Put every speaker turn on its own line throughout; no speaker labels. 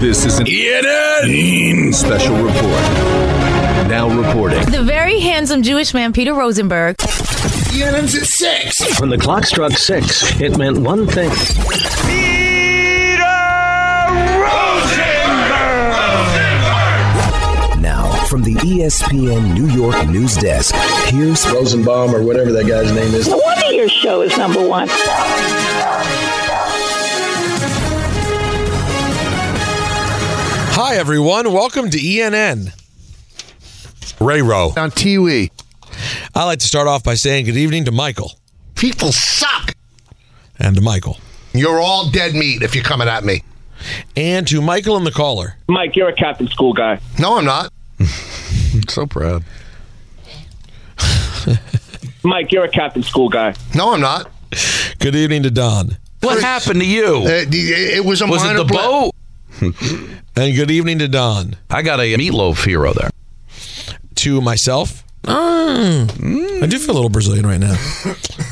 This is an ENN special report. Now reporting.
The very handsome Jewish man, Peter Rosenberg,
ENN's at 6.
When the clock struck six, it meant one thing.
Now, from the E ESPN New York news desk, here's
Rosenbaum or whatever that guy's name is.
No wonder your show is number one.
Hi, everyone. Welcome to ENN. Ray Rowe.
on Tiwi.
I like to start off by saying good evening to Michael
People suck.
and to Michael
You're all dead meat if you're coming at me.
and to Michael and the caller.
Mike, you're a Catholic school guy.
No, I'm not.
So proud.
Mike, you're a Catholic school guy.
No, I'm not. Uh,
Good evening to Don
What happened to you?
It, it- it was a
Was it
minor
the
blip.
boat?
and good evening to Don.
I got a meatloaf hero there. Mm.
To myself. Mm. I do feel a little Brazilian right now.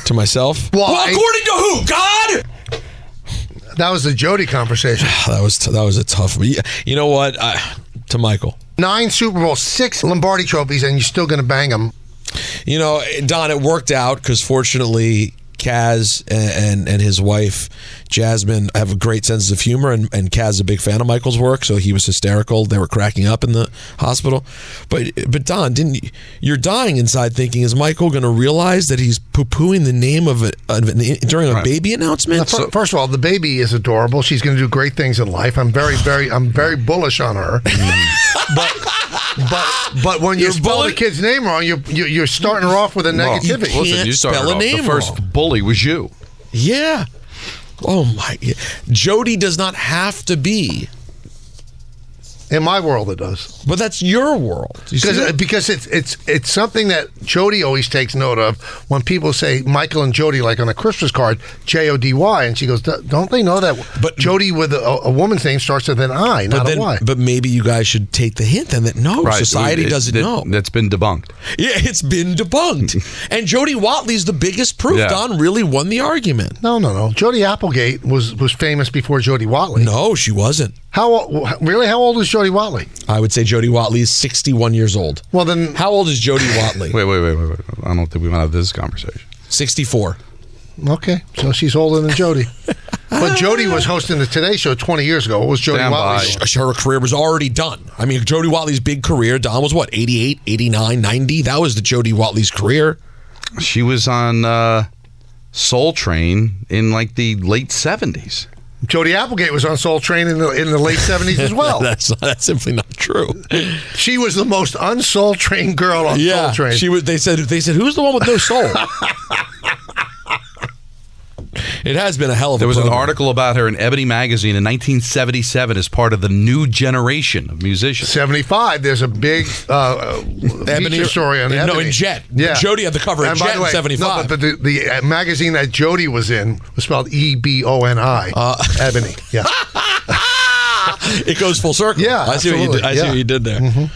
to myself.
Why?
Well, according to who? God?
That was the Jody conversation.
That was that was a tough. You you know what? I, to Michael.
Nine Super Bowl, six Lombardi trophies, and you're still going to bang them.
You know, Don, it worked out because fortunately, Kaz and, and and his wife Jasmine have a great sense of humor, and and Kaz is a big fan of Michael's work, so he was hysterical. They were cracking up in the hospital, but but Don, didn't you- you're dying inside thinking is Michael going to realize that he's poo pooing the name of, a, of an, during a baby announcement?
Fir- First of all, the baby is adorable. She's going to do great things in life. I'm very, very, I'm very bullish on her. but, but, but when you
You're
spell
bullish?
the kid's name wrong, you, you you're starting her off with a negativity.
Listen,
can't
you started
spell a
off.
name
the first
wrong.
bully was you.
yeah. Oh my! Jody does not have to be,
in my world, it does
but that's your world. You see
because
that?
because it's it's it's something that Jody always takes note of when people say Michael and Jody like on a Christmas card J O D Y, and she goes, "Don't don't they know that?"
But-
Jody with a, a woman's name starts with an I, not
But
a Y.
then, but maybe you guys should take the hint then that no, society
It- it-
doesn't
that-
know.
That's been debunked.
yeah, it's been debunked. and Jody Watley's the biggest proof.
Yeah.
Don really won the argument.
no, no, no. Jody Applegate was was famous before Jody Watley.
No, she wasn't.
How o- really? How old is Jody Watley?
I would say Jody Watley is 61 years old.
Well, then-
how old is Jody Watley?
Wait, wait, wait, wait, wait. I don't think we want to have this conversation.
64.
Okay, so she's older than Jody. but Jody was hosting the Today Show 20 years ago. What was Jody
Stand
Watley's?
by.
Her career was already done. I mean, Jody Watley's big career, Don was what, 88, 89, 90? That was the Jody Watley's career.
She was on uh, Soul Train in like the late seventies.
Jody Applegate was on Soul Train in the in the late 70s as well.
That's, that's simply not true.
she was the most unsoul trained girl on
Yeah,
Soul Train.
she was. They said they said who's the one with no soul. it has been a hell of.
There
a
was an
program.
article about her in Ebony magazine in 1977 as part of the new generation of musicians.
75. There's a big uh, feature story on
no,
Ebony.
in Jet.
Yeah,
Jody had the cover of
and by
Jet
the
in
way,
75.
No, but the, the uh, magazine that Jody was in was spelled E B O N I.
Uh.
Ebony. Yeah.
it goes full circle.
Yeah,
I see what you did. I see
absolutely, yeah. Mm-hmm.
what you did there.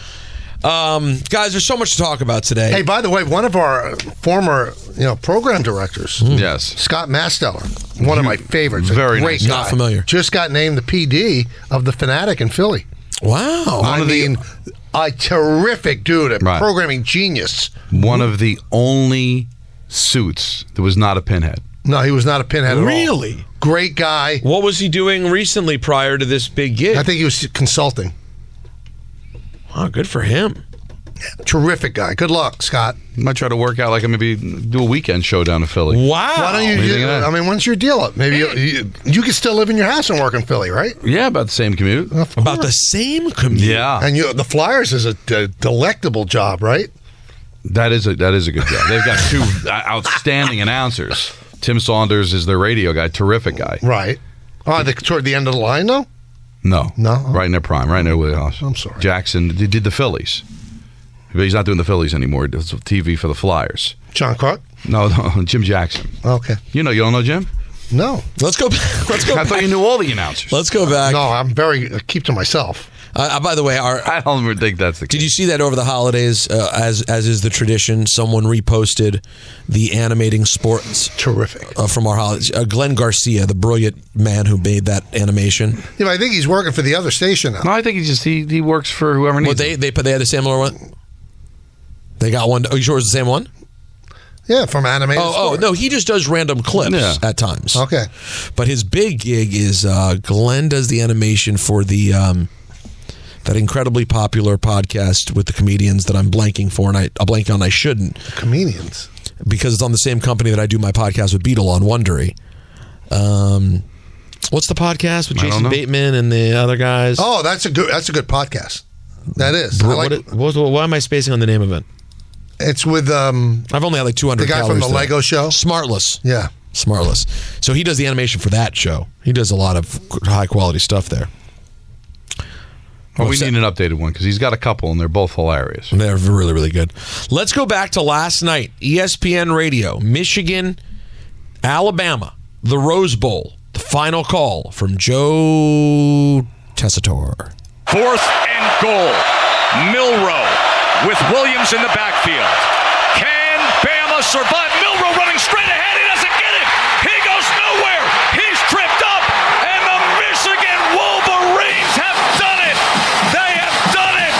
Um, guys, there's so much to talk about today.
Hey, by the way, one of our former, you know, program directors,
Hmm.
Yes.
Scott Masteller, one of my favorites. a
Very
great
nice
guy,
Not familiar.
Just got named the PD of the Fanatic in Philly.
wow.
I mean, a terrific dude, a
Right.
programming genius.
One of the only suits that was not a pinhead.
No, he was not a pinhead at all.
Really?
Great guy.
what was he doing recently prior to this big gig?
I think he was consulting.
wow, good for him.
Terrific guy. Good luck, Scott.
Might try to work out like maybe do a weekend show down in Philly.
Wow.
Why don't you?
do you
do-
think of that?
I mean, once your deal up, maybe you, you, you can still live in your house and work in Philly, right?
Yeah, about the same commute.
About the same commute.
Yeah,
And you, the Flyers is a de- delectable job, right?
that is a that is a good job. They've got two outstanding announcers. Tim Saunders is their radio guy, terrific guy.
Right. Oh, the, toward the end of the line, though.
No,
No?
right in their prime, right in their wheelhouse.
I'm sorry.
Jackson did, did the Phillies, but he's not doing the Phillies anymore. He does TV for the Flyers.
John Clark.
No, no, Jim Jackson.
Okay.
You know, you don't know Jim.
No.
Let's go. Back, let's go.
I
Back,
thought you knew all the announcers.
let's go back.
No, I'm very I keep to myself.
Uh, uh, by the way, our,
I don't think that's the case.
did you see that over the holidays, uh, as as is the tradition? Someone reposted the animating sports
Terrific.
uh, from our holidays. Uh, Glenn Garcia, the brilliant man who made that animation.
Yeah, but I think he's working for the other station now.
No, I think he just he, he works for whoever
Well,
needs.
they
him.
they they had a similar one. They got one. Are you sure it was the same one?
Yeah, from animated.
Oh, oh
Sport.
no, he just does random clips
Yeah.
at times.
Okay.
but his big gig is uh, Glenn does the animation for the um, that incredibly popular podcast with the comedians that I'm blanking for, and I, I blank on I shouldn't
Comedians.
because it's on the same company that I do my podcast with Beetle on Wondery. Um, what's the podcast with
I don't
Jason
know.
Bateman and the other guys?
Oh, that's a good. That's a good podcast. That is. I
Bro-
like,
what, it- what- why am I spacing on the name of it?
it's with um
I've only had like 200.
the guy from
calories
the
today.
Lego show.
Smartless.
Yeah.
Smartless. So he does the animation for that show. He does a lot of high quality stuff there.
Well, we
What's
need an updated one because he's got a couple and they're both hilarious.
They're really, really good. Let's go back to last night. E ESPN Radio, Michigan, Alabama, the Rose Bowl, the final call from Joe Tessitore.
Fourth and goal. Milrow with Williams in the backfield. Can Bama survive? Milrow running straight ahead. He doesn't get it. He goes nowhere. He's tripped up. And the Michigan Wolverines have done it. They have done it.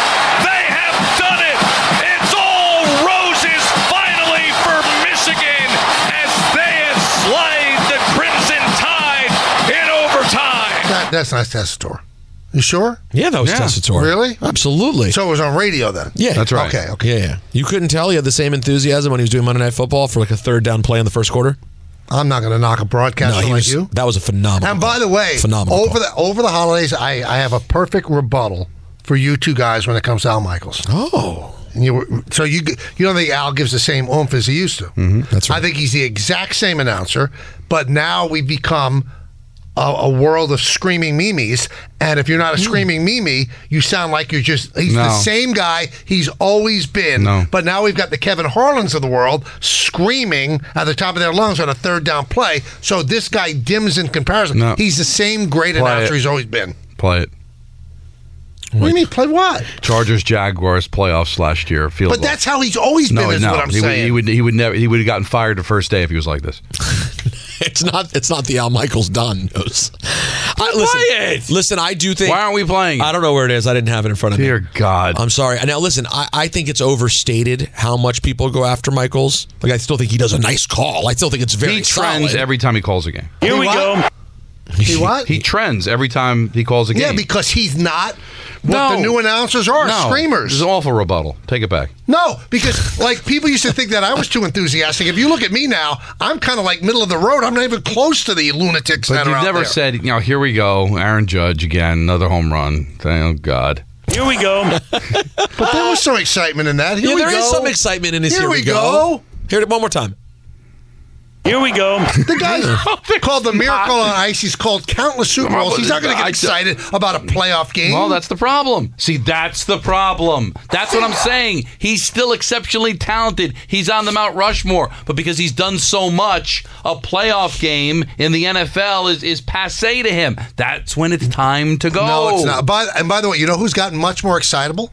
They have done it. It's all roses finally for Michigan as they have slayed the Crimson Tide in overtime.
That, that's not Tessitore. You sure?
Yeah, that was
Yeah.
Tessitore.
Really?
Absolutely.
So it was on radio then.
yeah,
That's right.
Okay. Okay.
Yeah, yeah. You couldn't tell he had the same enthusiasm when he was doing Monday Night Football for like a third down play in the first quarter.
I'm not going to knock a broadcaster
he
like
was.
you.
That was a phenomenal.
And by
call.
the way,
phenomenal.
over
call.
the over the holidays, I, I have a perfect rebuttal for you two guys when it comes to Al Michaels.
oh,
And you were, so you you don't think Al gives the same oomph as he used to? Mm-hmm.
That's right.
I think he's the exact same announcer, but now we've become a, a world of screaming memes. And if you're not a screaming meme, you sound like you're just he's the
Hmm. No.
same guy he's always been.
No.
But now we've got the Kevin Harlan's of the world screaming at the top of their lungs on a third down play. So this guy dims in comparison.
No.
He's the same great
Play
announcer
it.
he's always been.
Play it.
What do you mean play what?
Chargers Jaguars playoffs last year. Field
But
goal.
that's how he's always been.
no,
is
no.
what I'm
he, would,
saying.
he would he would never he would have gotten fired the first day if he was like this.
it's not. It's not the Al Michaels Don news. I, listen, listen. I do think.
Why aren't we playing? it?
I don't know where it is. I didn't have it in front of me.
Dear God.
I'm sorry. Now, listen, I, I think it's overstated how much people go after Michaels. Like, I still think he does a nice call. I still think it's very
he trends
solid.
every time he calls a game.
Here we go.
He what?
He trends every time he calls a game.
Yeah, because he's not what
No.
the new announcers
No.
are,
This is
screamers.
an awful rebuttal. Take it back.
No, because like people used to think that I was too enthusiastic. If you look at me now, I'm kind of like middle of the road. I'm not even close to the lunatics
But
that
you
are out
never
there.
said, you know, here we go, Aaron Judge again, another home run. Thank God.
Here we go.
But there was some excitement in that. Here
yeah,
we
there
go.
is some excitement in his
Here
here,
we go.
Hear it one more time.
Here we go.
The guy's called the miracle on ice. He's called countless Super
on,
Bowls. He's not going to
I-
get excited about a playoff game.
Well, that's the problem. See, that's the problem. That's what I'm saying. He's still exceptionally talented. He's on the Mount Rushmore, but because he's done so much, a playoff game in the NFL is is passe to him. That's when it's time to go.
No,
Oh.
it's not. By, and by the way, you know who's gotten much more excitable?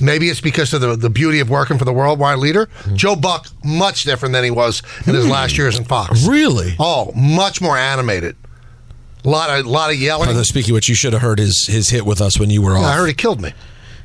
Maybe it's because of the, the beauty of working for the worldwide leader. Joe Buck, much different than he was in his last years in Fox.
Hmm. Really?
Oh, much more animated. A lot of, lot of yelling. Oh,
Although, speaking of which, you should have heard his, his hit with us when you were off.
I heard he killed me.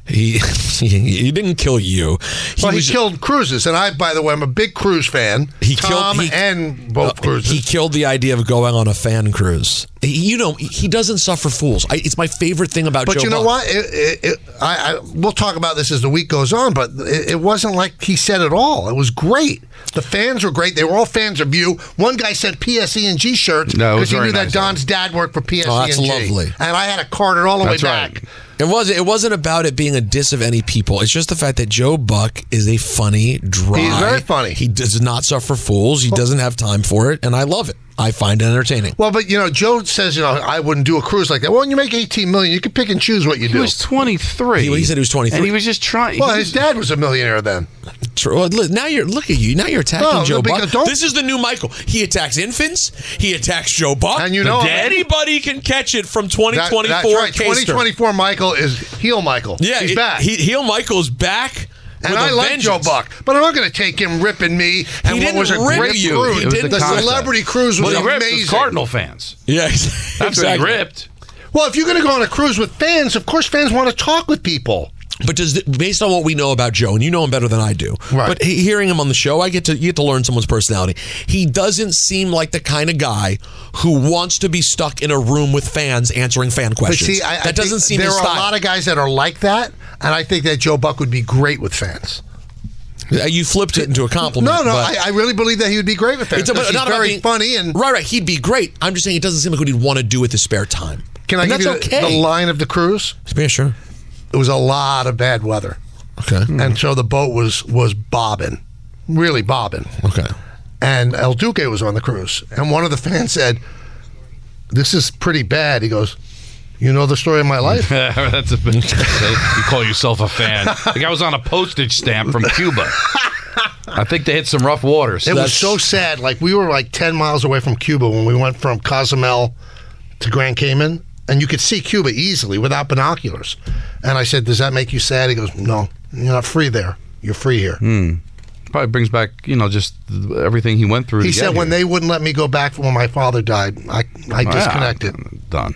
he, he, he didn't kill you. He
Well, he,
was-
killed Cruises, and I, by the way, I'm a big Cruise fan.
He
Tom
killed- he- uh,
and both Cruises.
He killed the idea of going on a fan cruise. He- you know, he doesn't suffer fools. I, it's my favorite thing about
but
Joe
you know
Buck.
what? It, it, it, I, I, we'll talk about this as the week goes on. But it, it wasn't like he said it all. It was great. The fans were great. They were all fans of you. One guy said PSE and G shirt
No, it was
he
very
knew
nice
that Don's dad worked for PSE
Oh, that's
and G.
lovely.
And I had a card it all the
That's
way
right.
back.
It wasn't. It wasn't about it being a diss of any people. It's just the fact that Joe Buck is a funny, dry.
He's very funny.
He does not suffer fools. He doesn't have time for it, and I love it. I find it entertaining.
Well, but you know, Joe says, you know, I wouldn't do a cruise like that. Well, when you make 18 million, you can pick and choose what you
He
do.
was 23.
He- he said he was 23.
And he was just trying.
well,
he
his
was-
dad was a millionaire then.
Tr- well, look, now you're look at you. Now you're attacking
No, no,
Joe Buck.
because don't-
This is the new Michael. He attacks infants. He attacks Joe Buck.
And you know-
anybody can catch it from
That-
2024.
that's right.
Kaster.
2024 Michael is heel Michael.
Yeah,
he's
it-
back.
He, heel Michael's back.
and
with
I
a
like Joe
vengeance.
Buck, but I'm not going to take him ripping me. And
didn't
what was a
rip
great
you.
cruise.
He It was didn't.
the
the concept.
celebrity cruise was
Well, he ripped his
amazing.
Cardinal fans.
Yeah,
That's
exactly.
what he ripped.
Well, if you're going to go on a cruise with fans, of course fans want to talk with people.
But does th- based on what we know about Joe, and you know him better than I do.
Right.
But he, hearing him on the show, I get to you get to learn someone's personality. He doesn't seem like the kind of guy who wants to be stuck in a room with fans answering fan
But
questions.
see, I, I
that
think
doesn't seem
there
his
are
style.
a lot of guys that are like that, and I think that Joe Buck would be great with fans.
Uh, you flipped it into a compliment.
No, no,
but-
I, I really believe that he would be great with fans.
It's about,
'cause he's
not about
very
being-
funny and
right, right. He'd be great. I'm just saying it doesn't seem like what he'd want to do with his spare time.
Can I
and
give
that's
you the-
okay.
the line of the cruise?
Yeah, sure.
It was a lot of bad weather.
Okay.
and so the boat was was bobbing, really bobbing.
Okay.
And El Duque was on the cruise, and one of the fans said, "This is pretty bad." He goes, "You know the story of my life."
That's a bit. you call yourself a fan. The guy was on a postage stamp from Cuba. I think they hit some rough waters.
It was so sad. Like we were like ten miles away from Cuba when we went from Cozumel to Grand Cayman, and you could see Cuba easily without binoculars. And I said, "Does that make you sad?" He goes, "No, you're not free there. You're free here."
Hmm. probably brings back you know just everything he went through.
He
to
said,
get
"When
here.
they wouldn't let me go back when my father died, I I
Oh, yeah,
disconnected."
done.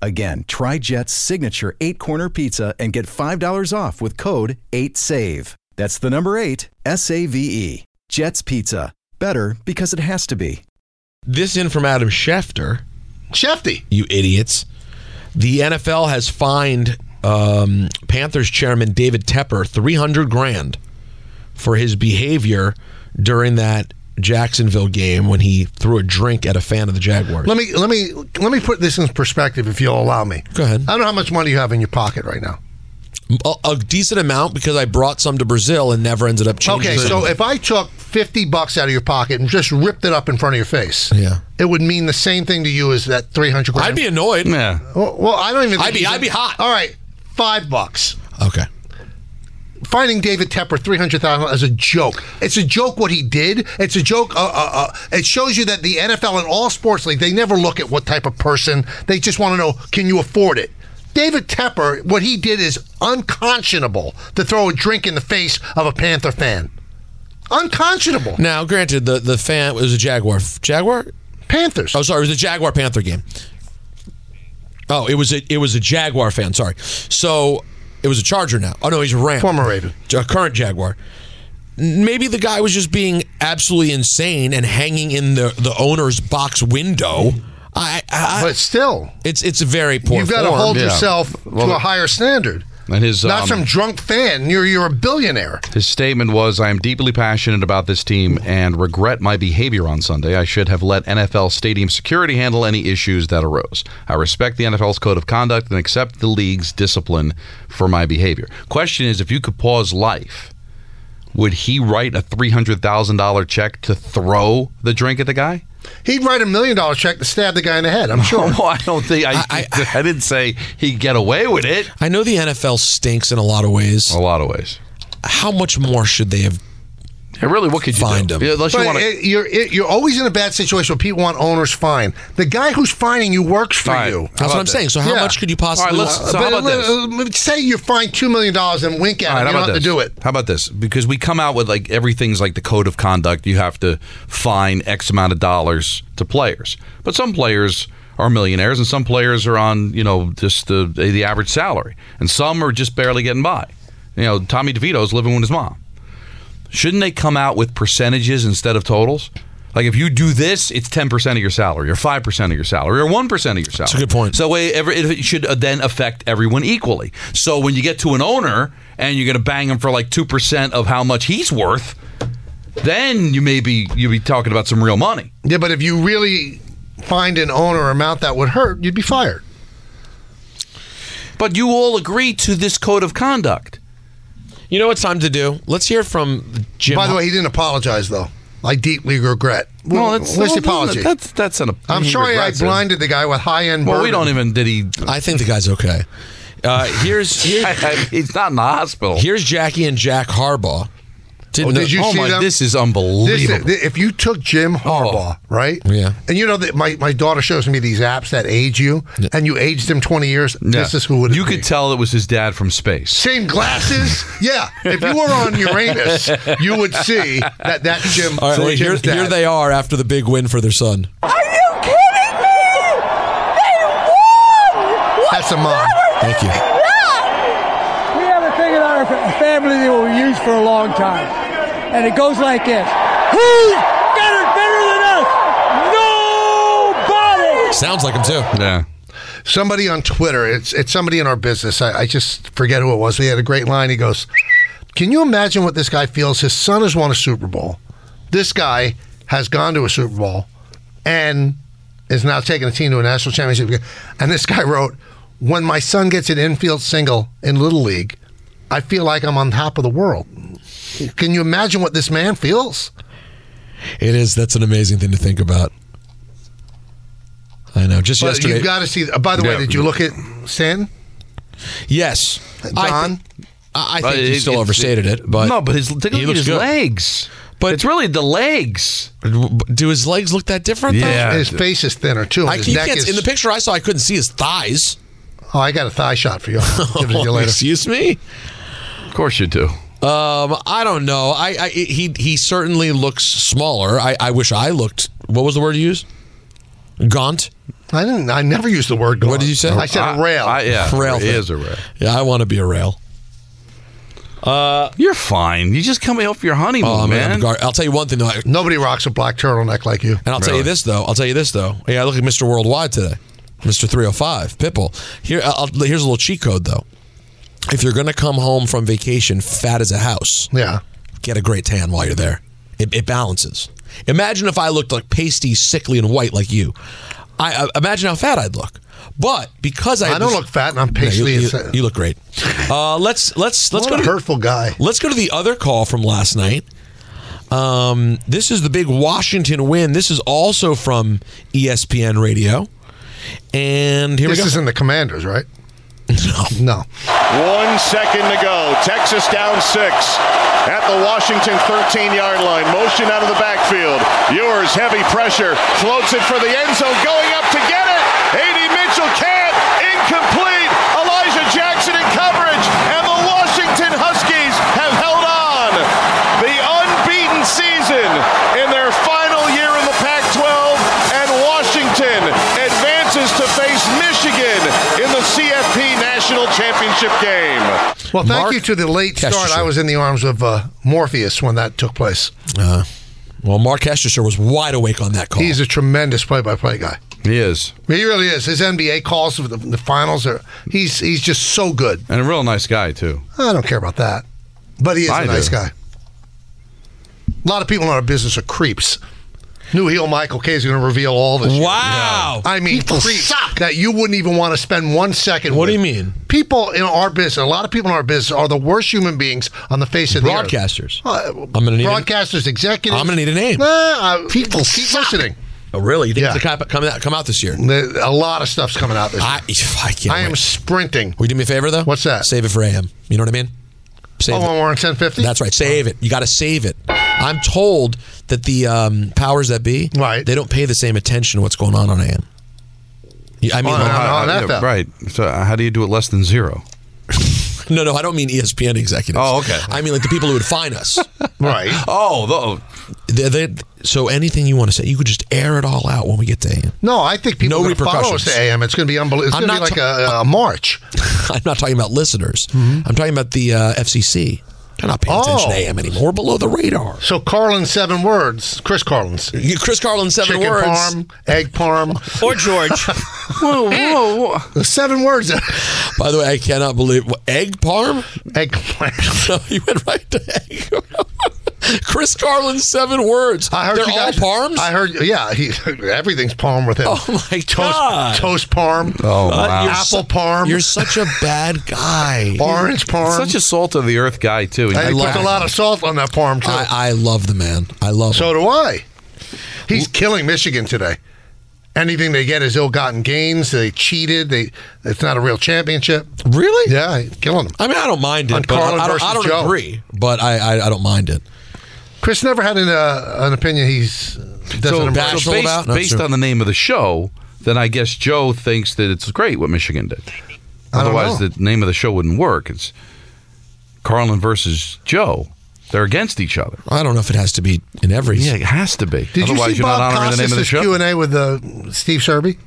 Again, try Jet's signature eight corner pizza and get $5 off with code 8SAVE. That's the number eight, S A V E. Jet's Pizza. Better because it has to be.
This in from Adam Schefter.
Shefty.
you idiots. The NFL has fined um, Panthers chairman David Tepper 300 grand for his behavior during that Jacksonville game when he threw a drink at a fan of the Jaguars.
Let me let me let me put this in perspective, if you'll allow me.
Go ahead.
I don't know how much money you have in your pocket right now.
a, a decent amount because I brought some to Brazil and never ended up changing.
Okay,
them.
so if I took fifty bucks out of your pocket and just ripped it up in front of your face,
Yeah.
it would mean the same thing to you as that three hundred.
I'd be annoyed.
Yeah,
well, well, I don't even.
I'd
think
be-
you-
I'd be hot.
All right, five bucks.
Okay.
Finding David Tepper three hundred thousand as a joke. It's a joke what he did. It's a joke. Uh, uh, uh, it shows you that the NFL and all sports league they never look at what type of person. They just want to know can you afford it. David Tepper, what he did is unconscionable to throw a drink in the face of a Panther fan. Unconscionable.
Now, granted, the, the fan it was a Jaguar. Jaguar?
Panthers.
Oh, sorry, it was a Jaguar Panther game. Oh, it was a it was a Jaguar fan. Sorry, so it was a Charger now. Oh no, he's a Ram.
Former Raven.
a current Jaguar. Maybe the guy was just being absolutely insane and hanging in the the owner's box window. I, I
but still,
it's it's very poor.
you've got to
form.
hold
yeah.
yourself
Well,
to a higher standard.
and his
Not
um,
some drunk fan. You're you're a billionaire.
His statement was, I am deeply passionate about this team and regret my behavior on Sunday. I should have let NFL stadium security handle any issues that arose. I respect the NFL's code of conduct and accept the league's discipline for my behavior. Question is, if you could pause life, would he write a $300,000 check to throw the drink at the guy?
He'd write a million dollar check to stab the guy in the head. I'm sure.
Well, I don't think I, I,
I-
didn't say he'd get away with it.
I know the NFL stinks in a lot of ways.
A lot of ways.
How much more should they have?
And really, what could you
Find
do?
him.
Yeah, Unless you
But
want to.
it- you're it- you're always in a bad situation where people want owners fine. The guy who's fining you works for
All right.
you.
How
That's
about
what I'm
this?
saying. So how
Yeah.
much could you
All right,
possibly?
let's. So how
But
about this?
let- let- say you find two million dollars and wink at
All
him.
right,
You
how
don't
about
have to
this?
do it.
How about this? Because we come out with like everything's like the code of conduct. You have to fine X amount of dollars to players, but some players are millionaires, and some players are on you know just the the average salary, and some are just barely getting by. You know, Tommy DeVito's living with his mom. Shouldn't they come out with percentages instead of totals? Like if you do this, it's ten percent of your salary, or five percent of your salary, or one percent of your salary. That's
a good point.
So it, every- it should uh, then affect everyone equally. So when you get to an owner and you're going to bang him for like two percent of how much he's worth, Then you maybe you'd be talking about some real money.
Yeah, but if you really find an owner amount that would hurt, you'd be fired.
But you all agree to this code of conduct.
You know what time to do? Let's hear from Jim.
By the way, he didn't apologize though. I deeply regret. Well, where's the apology?
That's that's an.
I'm
he
sorry I
regrets it.
blinded the guy with high end.
Well, we don't even did he.
I think the guy's okay. Uh, here's
he's not in the hospital.
Here's Jackie and Jack Harbaugh.
Oh, did you
oh
see
my,
them?
this is
This-
unbelievable.
if you took Jim
Oh.
Harbaugh, right?
Yeah.
And you know that my, my daughter shows me these apps that age you, and you aged him 20 years.
Yeah.
This is who it
you
be.
could tell it was his dad from space.
Same glasses. yeah. If you were on Uranus, you would see that that Jim.
All right, wait, here,
Jim's dad.
here they are after the big win for their son.
That's a mom.
Thank you.
We have a thing in our fa- family that we'll use for a long time. And it goes like this Who's better, better than us? Nobody!
Sounds like him too.
Yeah.
Somebody on Twitter. It's it's somebody in our business. I, I just forget who it was. He had a great line. He goes, "Can you imagine what this guy feels? His son has won a Super Bowl. This guy has gone to a Super Bowl, and is now taking a team to a national championship." game." And this guy wrote, "When my son gets an infield single in Little League, I feel like I'm on top of the world." Can you imagine what this man feels?
It is. That's an amazing thing to think about. I know. Just
But
yesterday.
you've got to see. uh, By the way,
Yeah.
did you look at Sin?
yes, I,
Don?
thi- I I
But
think he
Uh, it-
still
it's-
overstated it, but
no, but his take a look
he
at
looks
his
good.
legs.
But-
But it's really the legs.
Do his legs look that different? though?
Yeah.
His face is thinner too. and
I,
his
you
neck
can't,
is,
in the picture I saw, I couldn't see his thighs.
Oh, I got a thigh shot for you. I'll give it to
Oh,
you later.
Excuse me.
Of course you do.
Um, I don't know. I, I he he certainly looks smaller. I, I wish I looked. What was the word you used? Gaunt.
I didn't. I never used the word. Gone.
What did you say?
I said a
I-
rail.
I, yeah,
Rail
it
thing.
is a rail.
Yeah, I want to be a rail.
You're fine. You just coming off your honeymoon,
Oh man,
man.
I'm gar- I'll tell you one thing though. I-
Nobody rocks a black turtleneck like you.
And I'll tell you
Really?
this though. I'll tell you this though. Yeah, I look at Mr. Worldwide today, Mr. 305 Pitbull. Here, I'll, here's a little cheat code though. If you're gonna come home from vacation fat as a house,
Yeah.
get a great tan while you're there. It, it balances. Imagine if I looked like pasty, sickly, and white like you. I uh, imagine how fat I'd look. But because I,
I don't look fat and I'm
No, you-
pasty.
you,
and sa-
you look great. Uh, let's let's let's
what
go
a
to
hurtful guy.
Let's go to the other call from last night. Um, this is the big Washington win. This is also from E ESPN Radio. And here
This
we go.
is in the Commanders, right? No. No.
One second to go. Texas down six at the Washington 13 yard line. Motion out of the backfield. Ewers, heavy pressure. Floats it for the end zone. Going up to get it. A.D. Mitchell can't. Incomplete. Elijah Jackson in coverage. And the Washington Huskies have held on. The unbeaten season in their final year in the Pac 12. And Washington advances to face Michigan in the CFP National Championship game.
Well, thank
Mark
you to the late start.
Kestershire.
I was in the arms of uh, Morpheus when that took place.
Uh, well, Mark Hestershire was wide awake on that call.
He's a tremendous play-by-play guy.
He is,
He really is. His NBA calls for the, the finals are. He's he's just so good.
and a real nice guy too.
I don't care about that. But he is a
I do.
nice guy. A lot of people in our business are creeps. New heel Michael K is going to reveal all this.
Wow.
I mean, creeps that you wouldn't even want to spend one second.
What do
with.
you mean?
People in our business, a lot of people in our business, are the worst human beings on the face of the earth.
Broadcasters.
Uh,
gonna need a-
broadcasters, executives.
I'm gonna need a name.
Nah, uh, people keep listening.
Oh, really? You think
Yeah.
it's gonna come out, come out this year?
The- A lot of stuff's coming out this.
I,
year.
I can't.
I am
wait.
sprinting.
Will you do me a favor though?
What's that?
Save it for AM. You know what I mean? Save
Oh,
it.
when we're on ten fifty.
That's right. Save it. You got to save it. I'm told that the um, powers that be,
Right.
they don't pay the same attention to what's going on on AM. Yeah, I mean,
On- on-
Uh,
that
yeah,
fell.
right. So uh, how do you do it less than zero?
no, no, I don't mean E ESPN executives.
Oh, okay.
I mean like the people who would fine us.
Right.
Oh,
they, they, so anything you want to say, you could just air it all out when we get to AM.
No, I think people
No
are going to follow us
repercussions.
to AM. It's going to be unbelievable. It's
I'm
going to be
not
like
ta-
a, a march.
I'm not talking about listeners. I'm talking about the uh, FCC. They're not paying attention
Mm-hmm. Oh.
to AM anymore. We're below the radar.
So Carlin's seven words. Chris Carlin's
You- Chris Carlin, seven
chicken
words.
parm, egg parm. or George.
whoa, whoa, whoa.
the seven words.
By the way, I cannot believe egg parm.
Eggplant.
No, you went right to egg. Chris Carlin's seven words. I heard They're all parms.
I heard, yeah, he, everything's palm with him.
Oh my God.
Toast, toast palm.
Oh, wow.
Apple
You're su-
palm.
You're such a bad guy.
Orange palm.
Such a salt of the earth guy too.
I
He's
put
like-
a lot of salt on that palm too.
I, I love the man. I love.
So do I. He's killing Michigan today. Anything they get is ill-gotten gains. They cheated. They it's not a real championship.
Really?
Yeah, he's killing them.
I mean, I don't mind
On
it. But
Carlin
I don't,
versus
I don't
Joe.
agree, but I, I I don't mind it.
Chris never had an uh, an opinion. He's doesn't
So
embrace.
based, based on the name of the show, then I guess Joe thinks that it's great what Michigan did.
I don't
Otherwise,
know.
the name of the show wouldn't work. It's Carlin versus Joe. They're against each other.
I don't know if it has to be in every.
Yeah, it has to be.
Did
Otherwise,
you see
are not
Bob
honoring the name of the
Costas'
show.
Q and A with uh, Steve Serby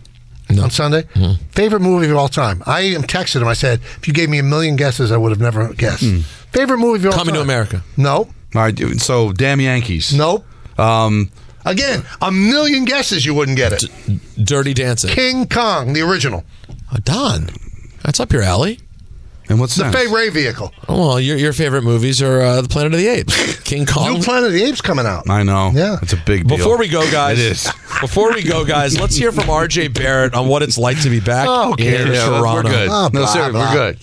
on Sunday?
Mm-hmm.
Favorite movie of all time. I am texted him. I said, if you gave me a million guesses, I would have never guessed.
Hmm.
Favorite movie of all
Coming
time.
to America.
No.
All right, dude, so damn Yankees.
Nope.
Um,
Again, a million guesses you wouldn't get it.
Dirty Dancing.
King Kong, the original.
Uh, Don, that's up your alley.
and what's
The
next?
Fay Ray vehicle.
Oh, well, your your favorite movies are uh, the Planet of the Apes, King Kong.
New Planet of the Apes coming out.
I know.
Yeah.
it's a big deal.
Before we go, guys,
it is.
Before we go, guys, let's hear from R.J. Barrett on what it's like to be back
Oh, okay.
in
Yeah,
Toronto.
we're good.
Ah,
no,
blah,
seriously,
blah.
we're good.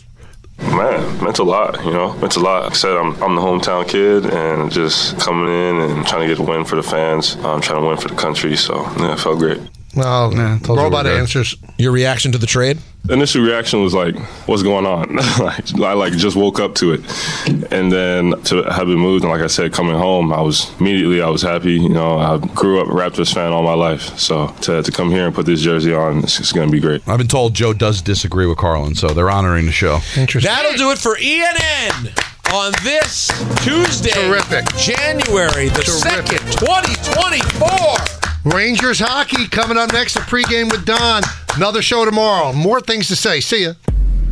Man, meant a lot, you know, meant a lot. Like I said, I'm, I'm the hometown kid and just coming in and trying to get a win for the fans, um, trying to win for the country. So, yeah, it felt great.
Well,
Yeah, told you
robot
we're good.
answers.
Your reaction to the trade?
The initial reaction was like, what's going on? like, I like just woke up to it. And then to have it moved, and like I said, coming home, I was immediately, I was happy. You know, I grew up a Raptors fan all my life. So to, to come here and put this jersey on, it's, it's going to be great.
I've been told Joe does disagree with Carlin, so they're honoring the show.
Interesting.
That'll do it for ENN on this Tuesday,
Terrific.
January the
Terrific.
2nd, 2024.
Rangers hockey coming up next. The pregame with Don. Another show tomorrow. More things to say. See ya.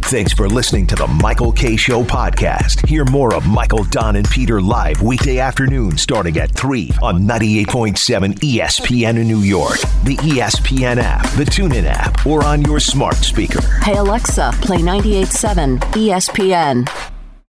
Thanks for listening to the Michael K. Show podcast. Hear more of Michael, Don, and Peter live weekday afternoon starting at 3 on 98.7 ESPN in New York, the E ESPN app, the TuneIn app, or on your smart speaker.
Hey Alexa, play 98.7 ESPN.